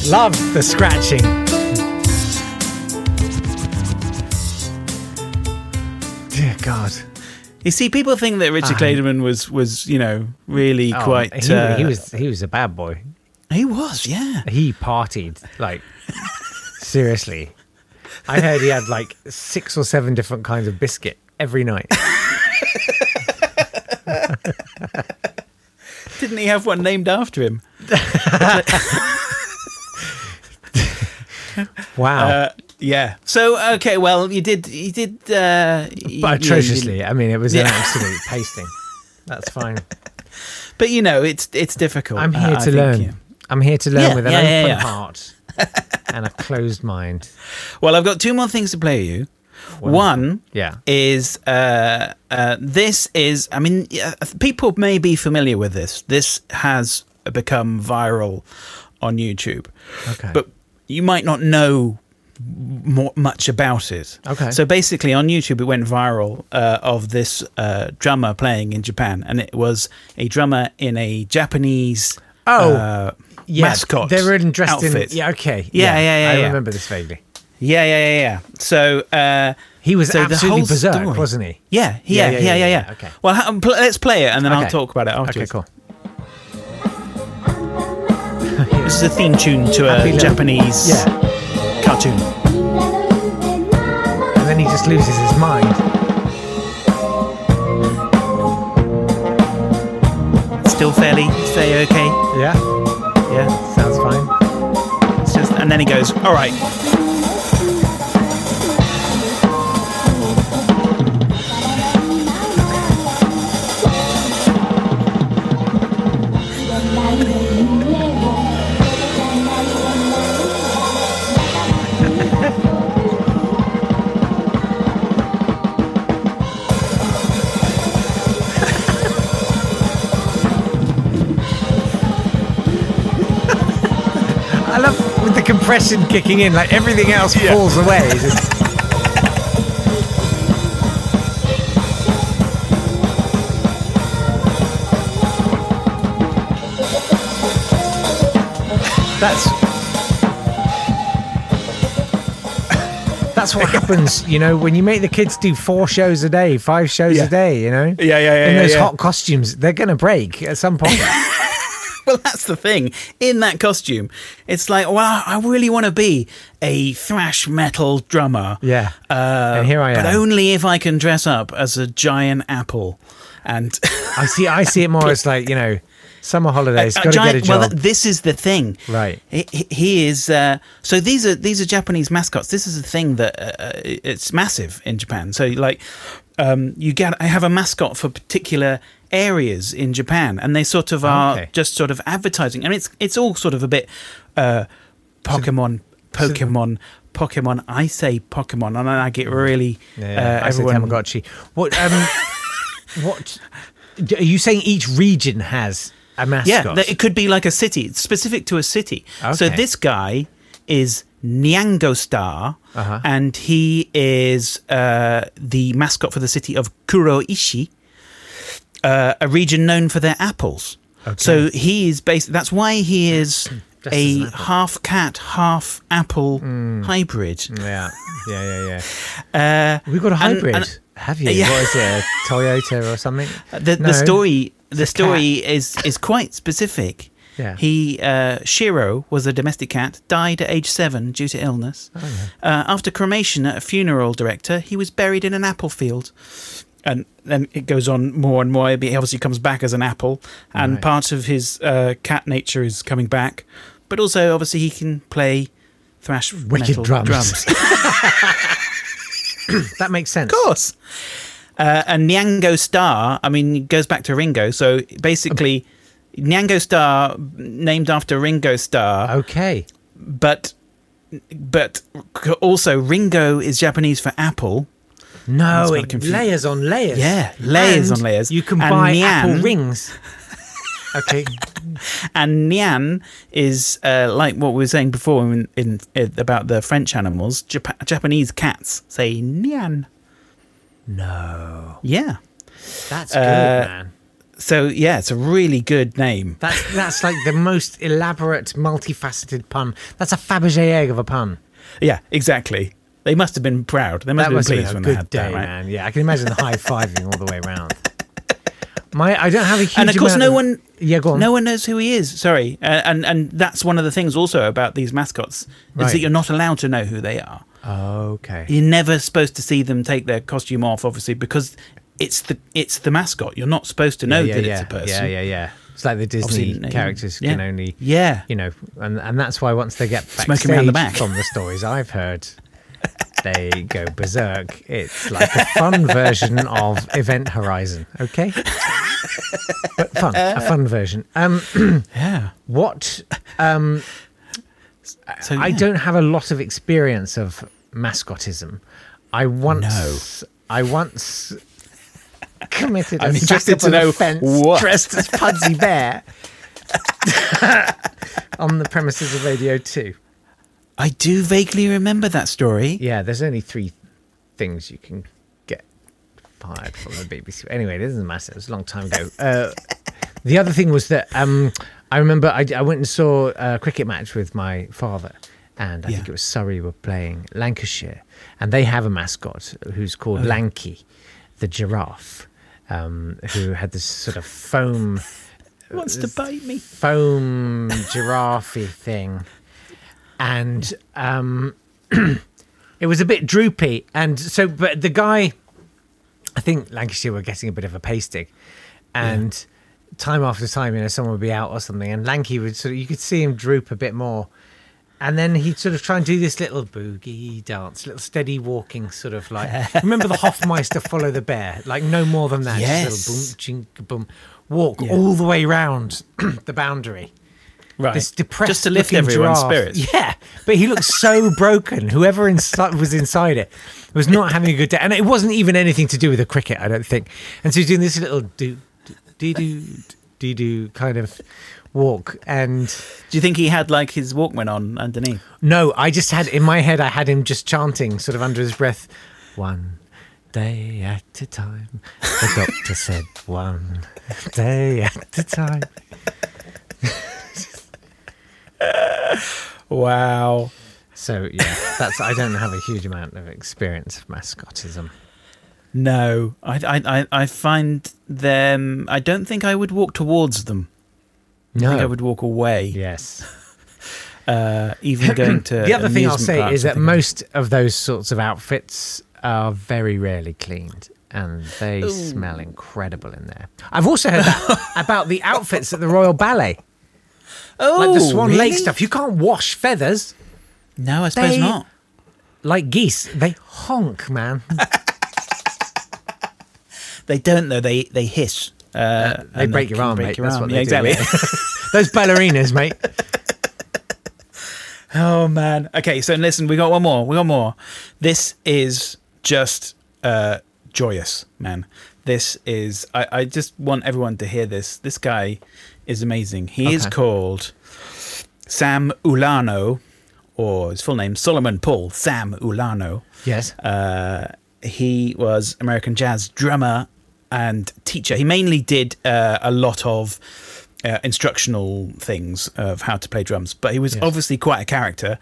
S1: Love the scratching. Dear God.
S3: You see, people think that Richard Clayderman was, was you know, really
S1: Uh-huh. Oh,
S3: quite.
S1: he,
S3: uh,
S1: he was he was a bad boy.
S3: He was, yeah.
S1: He partied like seriously. I heard he had like six or seven different kinds of biscuit every night.
S3: Didn't he have one named after him?
S1: Wow.
S3: Uh, yeah. So okay, well, you did, you did, uh, y- yeah, you
S1: but
S3: did-
S1: atrociously. I mean, it was an
S3: Yeah. [LAUGHS]
S1: absolute pasting. That's fine.
S3: but you know, it's it's difficult.
S1: I'm
S3: Uh,
S1: here
S3: I
S1: to
S3: think,
S1: learn.
S3: yeah.
S1: I'm here to learn
S3: Yeah,
S1: with an
S3: yeah,
S1: open
S3: yeah, yeah.
S1: heart and a closed mind.
S3: [LAUGHS] Well, I've got two more things to play you. One
S1: Yeah.
S3: is uh, uh, this is I mean yeah, people may be familiar with this. This has become viral on YouTube,
S1: Okay.
S3: but you might not know more, much about it.
S1: Okay.
S3: So basically, on YouTube, it went viral uh, of this uh, drummer playing in Japan, and it was a drummer in a Japanese
S1: Oh,
S3: uh,
S1: yeah,
S3: mascot.
S1: They were dressed
S3: outfit.
S1: in. Yeah. Okay.
S3: Yeah, yeah, yeah,
S1: I
S3: yeah.
S1: remember this vaguely.
S3: Yeah, yeah, yeah, yeah. So uh,
S1: He was
S3: so the
S1: absolutely
S3: whole
S1: berserk,
S3: story-
S1: wasn't he?
S3: Yeah, yeah, yeah, yeah, yeah.
S1: Okay.
S3: Well, ha- um, pl- let's play it and then I'll
S1: Okay.
S3: talk about it
S1: Okay.
S3: afterwards.
S1: Cool.
S3: This is a theme tune to
S1: Happy
S3: a
S1: little-
S3: Japanese
S1: Yeah.
S3: cartoon.
S1: And then he just loses his mind.
S3: Still fairly, say okay.
S1: Yeah.
S3: Yeah.
S1: Sounds fine.
S3: It's just, and then he goes, all right. [LAUGHS]
S1: I love with the compression kicking in, like everything else falls
S3: [LAUGHS]
S1: away. Just- That's
S3: [LAUGHS]
S1: That's what happens, you know, when you make the kids do four shows a day, five shows
S3: Yeah.
S1: a day, you know?
S3: Yeah, yeah, yeah,
S1: In
S3: yeah,
S1: those
S3: yeah.
S1: hot costumes, they're gonna break at some
S3: [LAUGHS]
S1: point.
S3: Well, that's the thing. In that costume, it's like, well, I really want to be a thrash metal drummer.
S1: yeah.
S3: Uh,
S1: and here I am.
S3: But only if I can dress up as a giant apple. And [LAUGHS]
S1: I see. I see it more as like you know, summer holidays. Got to get a
S3: Well,
S1: job.
S3: th- this is the thing,
S1: Right.
S3: He, he- he is. Uh, so these are these are Japanese mascots. This is a thing that uh, uh, it's massive in Japan. So like, um, you get I have a mascot for particular areas in Japan, and they sort of are
S1: Okay.
S3: just sort of advertising, and it's it's all sort of a bit uh, Pokemon, Pokemon. Pokemon, I say Pokemon, and then I get really
S1: yeah,
S3: uh,
S1: I said
S3: everyone.
S1: Tamagotchi. What? Um, [LAUGHS] what? d- Are you saying each region has a
S3: Yeah,
S1: mascot?
S3: that- it could be like a city, it's specific to a city. So
S1: Okay.
S3: this guy is Nyango Star,
S1: Uh-huh.
S3: and he is uh, the mascot for the city of Kuroishi, uh, a region known for their apples. So he is based. That's why he
S1: [CLEARS THROAT]
S3: is
S1: Dressed as
S3: a
S1: an apple. Hmm.
S3: half cat, half apple hybrid.
S1: yeah, yeah, yeah, yeah. [LAUGHS] Uh, We've got a
S3: and-
S1: hybrid.
S3: and-
S1: have you?
S3: yeah.
S1: What is it? A Toyota or [LAUGHS] something?
S3: The,
S1: No.
S3: the story the story is is quite specific.
S1: Yeah.
S3: He uh, Shiro was a domestic cat, died at age seven due to illness.
S1: Oh,
S3: uh, after cremation at a funeral director, he was buried in an apple field. And then it goes on more and more. He obviously comes back as an apple, and part of his uh, cat nature is coming back. But also, obviously, he can play thrash
S1: Wicked
S3: metal
S1: drums. [LAUGHS]
S3: drums.
S1: That makes sense.
S3: Of course. Uh, and Nyango Star, I mean, it goes back to Ringo. So basically, Nyango Star named after Ringo Star,
S1: Okay.
S3: but but also Ringo is Japanese for apple.
S1: No,
S3: kinda
S1: it
S3: confusing.
S1: layers on layers.
S3: Yeah, layers
S1: And
S3: on layers.
S1: You can
S3: And
S1: buy
S3: Nyan-
S1: apple rings. Okay.
S3: And Nyan is uh, like what we were saying before in, in, in about the French animals. Jap- Japanese cats say Nyan. No. Yeah.
S1: That's good,
S3: Uh,
S1: man.
S3: So yeah, it's a really good name.
S1: That's that's like the most elaborate, multifaceted pun. That's a Fabergé egg of a pun.
S3: Yeah, exactly. They must have been proud. They must
S1: that
S3: have
S1: must
S3: been
S1: have been
S3: pleased
S1: a
S3: when they
S1: good
S3: had
S1: day,
S3: that, right?
S1: man. Yeah, I can imagine the high fiving all the way
S3: [LAUGHS]
S1: round. My, I don't have a huge
S3: And of course,
S1: amount
S3: no one,
S1: Yeah, go on.
S3: no one knows who he is. Sorry, uh, and and that's one of the things also about these mascots is
S1: Right.
S3: that you're not allowed to know who they are.
S1: Okay.
S3: You're never supposed to see them take their costume off, obviously, because it's the it's the mascot. You're not supposed to know
S1: yeah,
S3: that
S1: yeah,
S3: it's a person.
S1: Yeah, yeah, yeah. It's like the
S3: Obviously,
S1: Disney
S3: n-
S1: characters
S3: yeah.
S1: can only,
S3: Yeah.
S1: you know, and and that's why once they get backstage
S3: Smoke 'em round the back.
S1: from the stories I've
S3: [LAUGHS]
S1: heard, they go berserk. It's like a
S3: [LAUGHS]
S1: fun version of Event Horizon. Okay, but fun, a fun version. Um, [CLEARS THROAT]
S3: yeah.
S1: what
S3: So
S1: I
S3: yeah.
S1: don't have a lot of experience of mascotism. I once, I once committed a
S6: I'm interested to
S1: sackable
S6: know
S1: offence
S6: what.
S1: dressed as Pudsey Bear [LAUGHS] on the premises of Radio Two.
S3: I do vaguely remember that story.
S1: Yeah, there's only three things you can get fired from the BBC. Anyway, it doesn't matter. It was a long time ago. Uh, the other thing was that um, I remember I, I went and saw a cricket match with my father, and I think
S3: Yeah.
S1: it was Surrey were playing Lancashire, and they have a mascot who's called Lanky, the giraffe, um, who had this sort of foam
S3: Wants to bite me.
S1: foam giraffe
S3: [LAUGHS]
S1: thing, and um, [CLEARS THROAT] it was a bit droopy. And so, but the guy, I think Lancashire were getting a bit of a pasting, and time after time, you know, someone would be out or something, and Lanky would sort of you could see him droop a bit more. And then he'd sort of try and do this little boogie dance, little steady walking, sort of like.
S3: [LAUGHS]
S1: Remember the Hoffmeister follow the bear? Like, no more than that.
S3: Yes.
S1: Just a little boom, chink, boom. Walk all the way round [CLEARS THROAT] the boundary.
S3: Right.
S1: This depressed,
S3: Just to lift
S1: looking
S3: everyone's
S1: giraffe.
S3: spirits.
S1: Yeah, but he looked so [LAUGHS] broken. Whoever inside, was inside it was not having a good day, and it wasn't even anything to do with the cricket, I don't think. And so he's doing this little do do do do do kind of walk, and
S3: Do you think he had like his Walkman on underneath?
S1: no, I just had in my head, I had him just chanting, sort of under his breath, one day at a time. The doctor said, one day at a time.
S3: [LAUGHS] Wow.
S1: So yeah, that's I don't have a huge amount of experience of mascotism.
S3: No, I, I, I, I find them. I don't think I would walk towards them. I
S1: No,
S3: think I would walk away.
S1: yes.
S3: Uh,
S1: [CLEARS THROAT]
S3: even going to
S1: The other thing I'll
S3: amusement
S1: say
S3: parks,
S1: is
S3: I
S1: that
S3: think I-
S1: most of those sorts of outfits are very rarely cleaned and they smell incredible in there. I've also heard
S3: [LAUGHS]
S1: that about the outfits at the Royal Ballet,
S3: oh,
S1: like the Swan Lake
S3: really?
S1: stuff. You can't wash feathers
S3: No, I suppose
S1: They-
S3: not.
S1: like geese. They honk, man.
S3: They don't though. They they hiss. Uh, and
S1: They break your
S3: can
S1: arm, mate. That's what
S3: yeah,
S1: they do,
S3: exactly.
S1: Those ballerinas, mate.
S3: Oh man. Okay, so listen, we got one more. We got more. This is just uh joyous, man. This is I, I just want everyone to hear this. This guy is amazing. He is called Sam Ulano, or his full name Solomon Paul Sam Ulano.
S1: Yes.
S3: Uh, he was American jazz drummer and teacher. He mainly did uh, a lot of uh, instructional things of how to play drums, but he was obviously quite a character.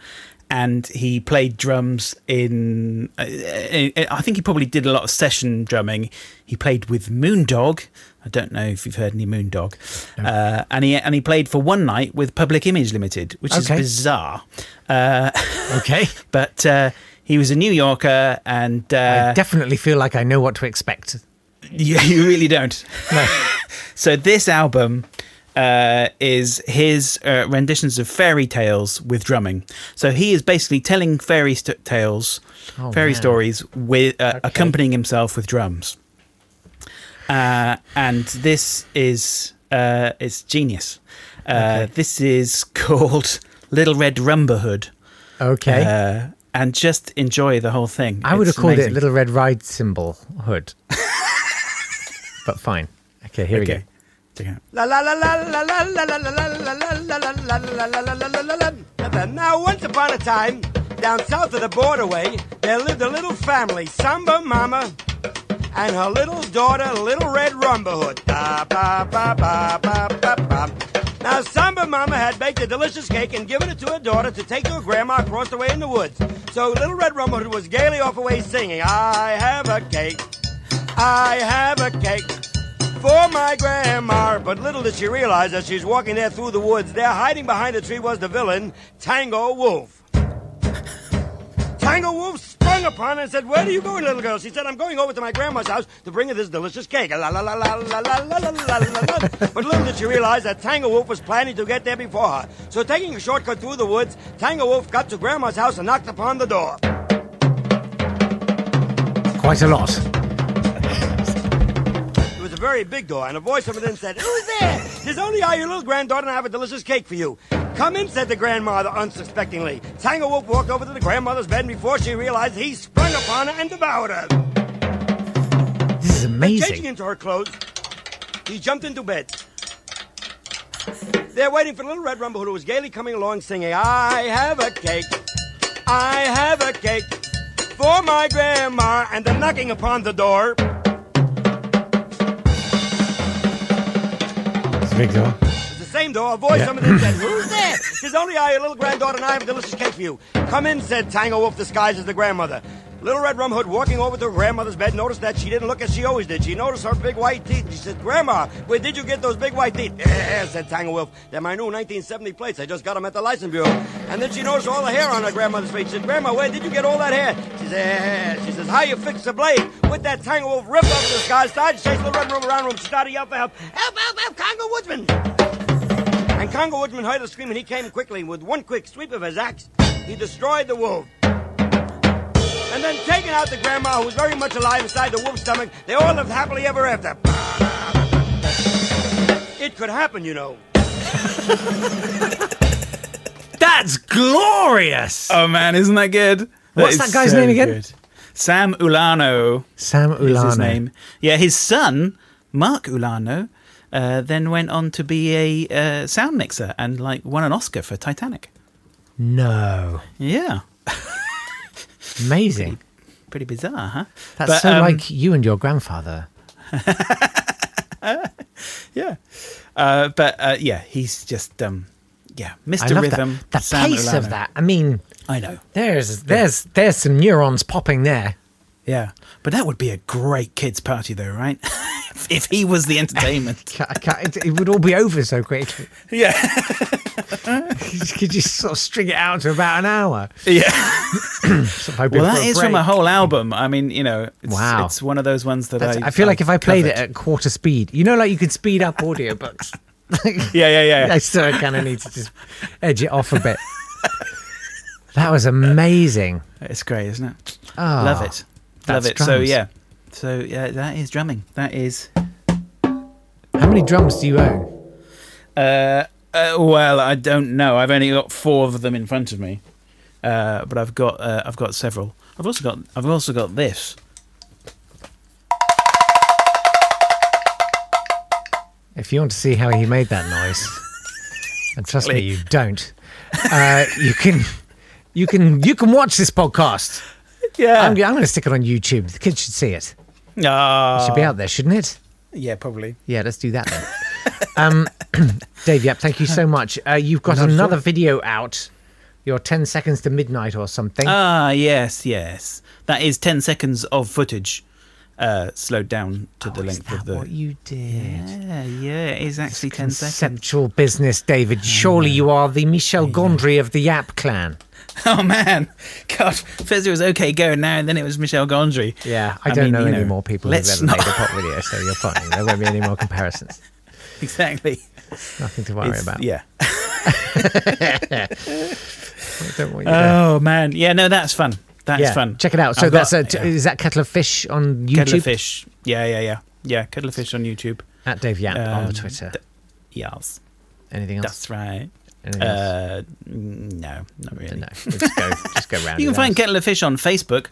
S3: And he played drums in. Uh, I think he probably did a lot of session drumming. He played with Moondog. I don't know if you've heard any Moondog. Uh, and he and he played for one night with Public Image Limited, which is
S1: Okay.
S3: bizarre. Uh,
S1: Okay.
S3: but uh, he was a New Yorker, and
S1: I
S3: uh,
S1: definitely feel like I know what to expect.
S3: you, you really don't.
S1: No.
S3: [LAUGHS] So this album uh, is his uh, renditions of fairy tales with drumming. So he is basically telling fairy st- tales, fairy
S1: Oh, man.
S3: stories with uh, accompanying himself with drums. Uh, and this is uh, it's genius. Uh, This is called Little Red Rumberhood.
S1: Okay.
S3: Uh, and just enjoy the whole thing.
S1: Eh? I would
S3: It's
S1: have called
S3: amazing.
S1: it Little Red Ride Symbol
S3: [LAUGHS]
S1: Hood. but fine. Okay, here we
S3: Okay.
S1: go.
S3: Check it out.
S5: La la la la la la la la la la la la la la la la la la la la la Now once upon a time, down south of the borderway, there lived a little family, Samba Mama and her little daughter, Little Red Rumberhood. Ba ba ba ba ba ba ba. Now Samba Mama had baked a delicious cake and given it to her daughter to take to her grandma across the way in the woods. So Little Red Rumberhood was gaily off away singing, I have a cake. I have a cake for my grandma. But little did she realize as she's walking there through the woods, there hiding behind a tree was the villain, Tango Wolf. Tango Wolf sprung upon her and said, Where are you going, little girl? She said, I'm going over to my grandma's house to bring her this delicious cake. La la la la la la la la la la la. But little did she realize that Tango Wolf was planning to get there before her. So taking a shortcut through the woods, Tango Wolf got to grandma's house and knocked upon the door.
S1: Quite a lot.
S5: It was a very big door, and a voice from within said, Who's there? Tis only I, your little granddaughter, and I have a delicious cake for you. Come in, said the grandmother unsuspectingly. Tango Wolf walked over to the grandmother's bed, and before she realized, he sprung upon her and devoured her.
S1: This is
S5: Changing
S1: amazing.
S5: into her clothes, he jumped into bed. They're waiting for the little red rumble who was gaily coming along singing, I have a cake, I have a cake for my grandma, and the knocking upon the door.
S1: It's a big door.
S5: The same door, a voice from
S1: [CLEARS THROAT]
S5: within said, Who's there? Tis only I, your little granddaughter, and I have a delicious cake for you. Come in, said Tango Wolf, disguised as the grandmother. Little Red Rum Hood, walking over to her grandmother's bed, noticed that she didn't look as she always did. She noticed her big white teeth. She said, Grandma, where did you get those big white teeth? Yeah, said Tango Wolf. They're my new 1970 plates. I just got them at the License Bureau. And then she noticed all the hair on her grandmother's face. She said, Grandma, where did you get all that hair? She said, "Yeah." She says, how you fix the blade? With that Tango Wolf ripped off the sky, started to chase Little Red Rum around room. She started to yell for help. Help, help, help, Congo Woodsman! And Congo Woodman heard a scream and he came quickly. With one quick sweep of his axe, he destroyed the wolf. And then taking out the grandma, who was very much alive inside the wolf's stomach, they all lived happily ever after. It could happen, you know.
S1: That's glorious.
S3: Oh man, isn't that good?
S1: What's that
S3: is
S1: guy's name again?
S3: Sam Ulano
S1: Sam Ulano.
S3: is his name. Yeah, his son Mark Ulano uh, then went on to be a uh, sound mixer and like won an Oscar for Titanic.
S1: No.
S3: Yeah,
S1: Amazing.
S3: pretty bizarre, huh?
S1: That's
S3: But,
S1: so
S3: um,
S1: like you and your grandfather.
S3: yeah. Uh, but uh, yeah, he's just um, yeah,
S1: I
S3: Mr.
S1: love
S3: Rhythm.
S1: that. The
S3: Sam
S1: pace
S3: Ulano.
S1: of that. I mean,
S3: I know.
S1: there's there's there's some neurons popping there.
S3: Yeah, but that would be a great kids' party, though, right? [LAUGHS] If- if he was
S1: [LAUGHS]
S3: the entertainment.
S1: Ca- ca- It it would all be over so quickly.
S3: yeah. [LAUGHS]
S1: You [LAUGHS] could just sort of string it out to about an hour.
S3: Yeah.
S1: Sort of hoping
S3: Well,
S1: for
S3: that is from a
S1: break.
S3: whole album. I mean, you know, it's,
S1: Wow.
S3: it's one of those ones that
S1: That's-
S3: I.
S1: I, feel like if I played
S3: covered.
S1: it at quarter speed, you know, like you could speed
S3: [LAUGHS]
S1: up audiobooks.
S3: Yeah, yeah, yeah.
S1: uh, I still kind of need to just edge it off a bit. That was amazing.
S3: It's great, isn't it?
S1: Ah,
S3: Love it. Love
S1: that's
S3: it. So,
S1: drums.
S3: yeah. So, yeah, that is drumming. That is.
S1: How many drums do you own?
S3: Uh, uh, well, I don't know. I've only got four of them in front of me, uh, but I've got uh, I've got several. I've also got I've also got this.
S1: If you want to see how he made that noise, and trust me, you don't. Uh, you can, you can, you can watch this podcast.
S3: Yeah.
S1: I'm, I'm going to stick it on YouTube. The kids should see it. It
S3: Ah.
S1: should be out there, shouldn't it?
S3: yeah, probably.
S1: Yeah, let's do that then. um, [CLEARS THROAT] Dave, yep, thank you so much. Uh, you've got another video out. Your 10 seconds to midnight or something.
S3: Ah, yes, yes. That is 10 seconds of footage uh, slowed down to the
S1: Oh, Is
S3: length
S1: that
S3: of the.
S1: what you did?
S3: yeah, yeah, it is actually 10 seconds.
S1: Conceptual business, David. Surely you are the Michel Gondry of the Yap clan.
S3: [LAUGHS] Oh, man. God. First it was OK Go Now, and then it was Michelle Gondry.
S1: Yeah, I,
S3: I
S1: don't
S3: mean,
S1: know
S3: you
S1: any
S3: know,
S1: more people
S3: let's
S1: who've ever
S3: not-
S1: made a pop video, so you're fine. [LAUGHS] There won't be any more comparisons.
S3: [LAUGHS] Exactly.
S1: Nothing to worry
S3: It's-
S1: about.
S3: Yeah.
S1: Don't want you to-
S3: Oh, man. Yeah, no, that's fun. That's
S1: yeah,
S3: fun.
S1: Check it out. So
S3: I've
S1: that's
S3: got-
S1: a, t-
S3: yeah.
S1: is that Kettle of Fish on YouTube?
S3: Cuddlerfish. Yeah, yeah, yeah. Yeah, Cuddlerfish on YouTube.
S1: At Dave Yap on the
S3: Um,
S1: Twitter.
S3: th- yes,
S1: Anything else?
S3: that's right.
S1: Anything else?
S3: Uh, no, not really.
S1: No, just go, just go round.
S3: [LAUGHS] You can
S1: it
S3: find
S1: out.
S3: Kettle of Fish on Facebook.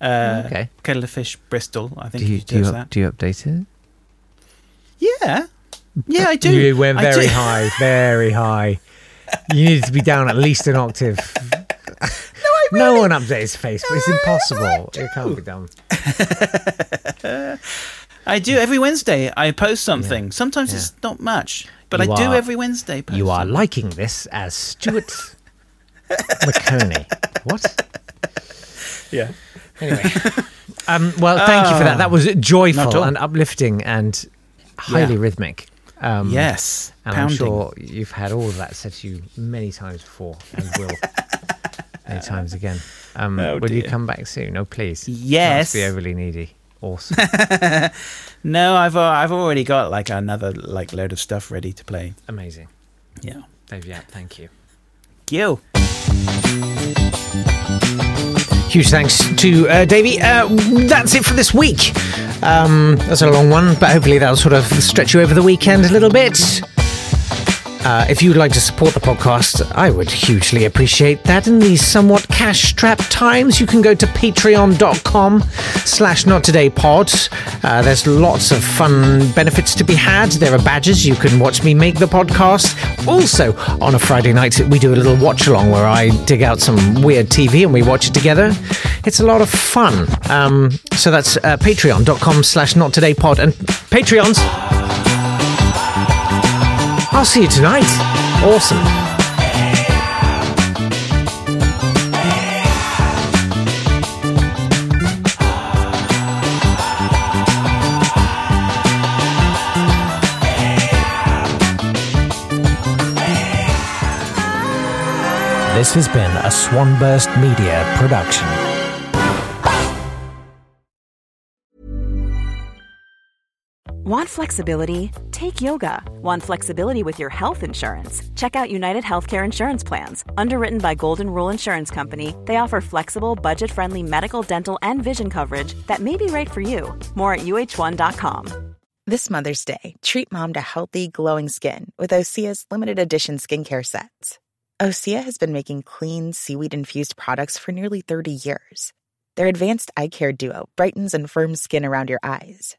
S3: Uh,
S1: Oh, okay.
S3: Kettle of Fish Bristol, I think
S1: Do you
S3: you
S1: do you,
S3: does
S1: up,
S3: that.
S1: do you update it?
S3: Yeah. Yeah, I do.
S1: [LAUGHS] You went
S3: I do.
S1: very high, very high. You needed to be down at least an octave. No, one updates Facebook. It's impossible. It can't be done.
S3: I
S1: Mm.
S3: do. Every Wednesday, I post something. Sometimes it's not much, but
S1: You
S3: I do
S1: are-
S3: every Wednesday. Post
S1: You are
S3: something.
S1: liking this as Stuart McConey. What?
S3: Yeah.
S1: Anyway. Um, well, thank you for that. That was
S3: Ah. Not at
S1: joyful
S3: all.
S1: and uplifting and highly rhythmic. Um,
S3: Yes.
S1: And
S3: pounding.
S1: I'm sure you've had all of that said to you many times before and [LAUGHS] will many times again. Um,
S3: Oh,
S1: will you
S3: dear.
S1: come back soon? Oh, please.
S3: Yes.
S1: Not to be overly needy. [LAUGHS] Awesome.
S3: No, I've uh, I've already got like another like load of stuff ready to play.
S1: Amazing.
S3: Yeah.
S1: Dave Yap, thank you.
S3: You.
S1: Huge thanks to uh, Davey. Uh, that's it for this week. Um, that's a long one, but hopefully that'll sort of stretch you over the weekend a little bit. Uh, if you'd like to support the podcast, I would hugely appreciate that. In these somewhat cash-strapped times, you can go to patreon.com slash not today pod. Uh, there's lots of fun benefits to be had. There are badges. You can watch me make the podcast. Also, on a Friday night, we do a little watch-along where I dig out some weird TV and we watch it together. It's a lot of fun. Um, so that's uh, patreon.com slash not today pod. And Patreons... I'll see you tonight. Awesome. This has been a Swanburst Media production.
S4: Want flexibility? Take yoga. Want flexibility with your health insurance? Check out United Healthcare Insurance Plans. Underwritten by Golden Rule Insurance Company, they offer flexible, budget friendly medical, dental, and vision coverage that may be right for you. More at uh1.com.
S3: This Mother's Day, treat mom to healthy, glowing skin with Osea's limited edition skincare sets. Osea has been making clean, seaweed infused products for nearly 30 years. Their advanced eye care duo brightens and firms skin around your eyes,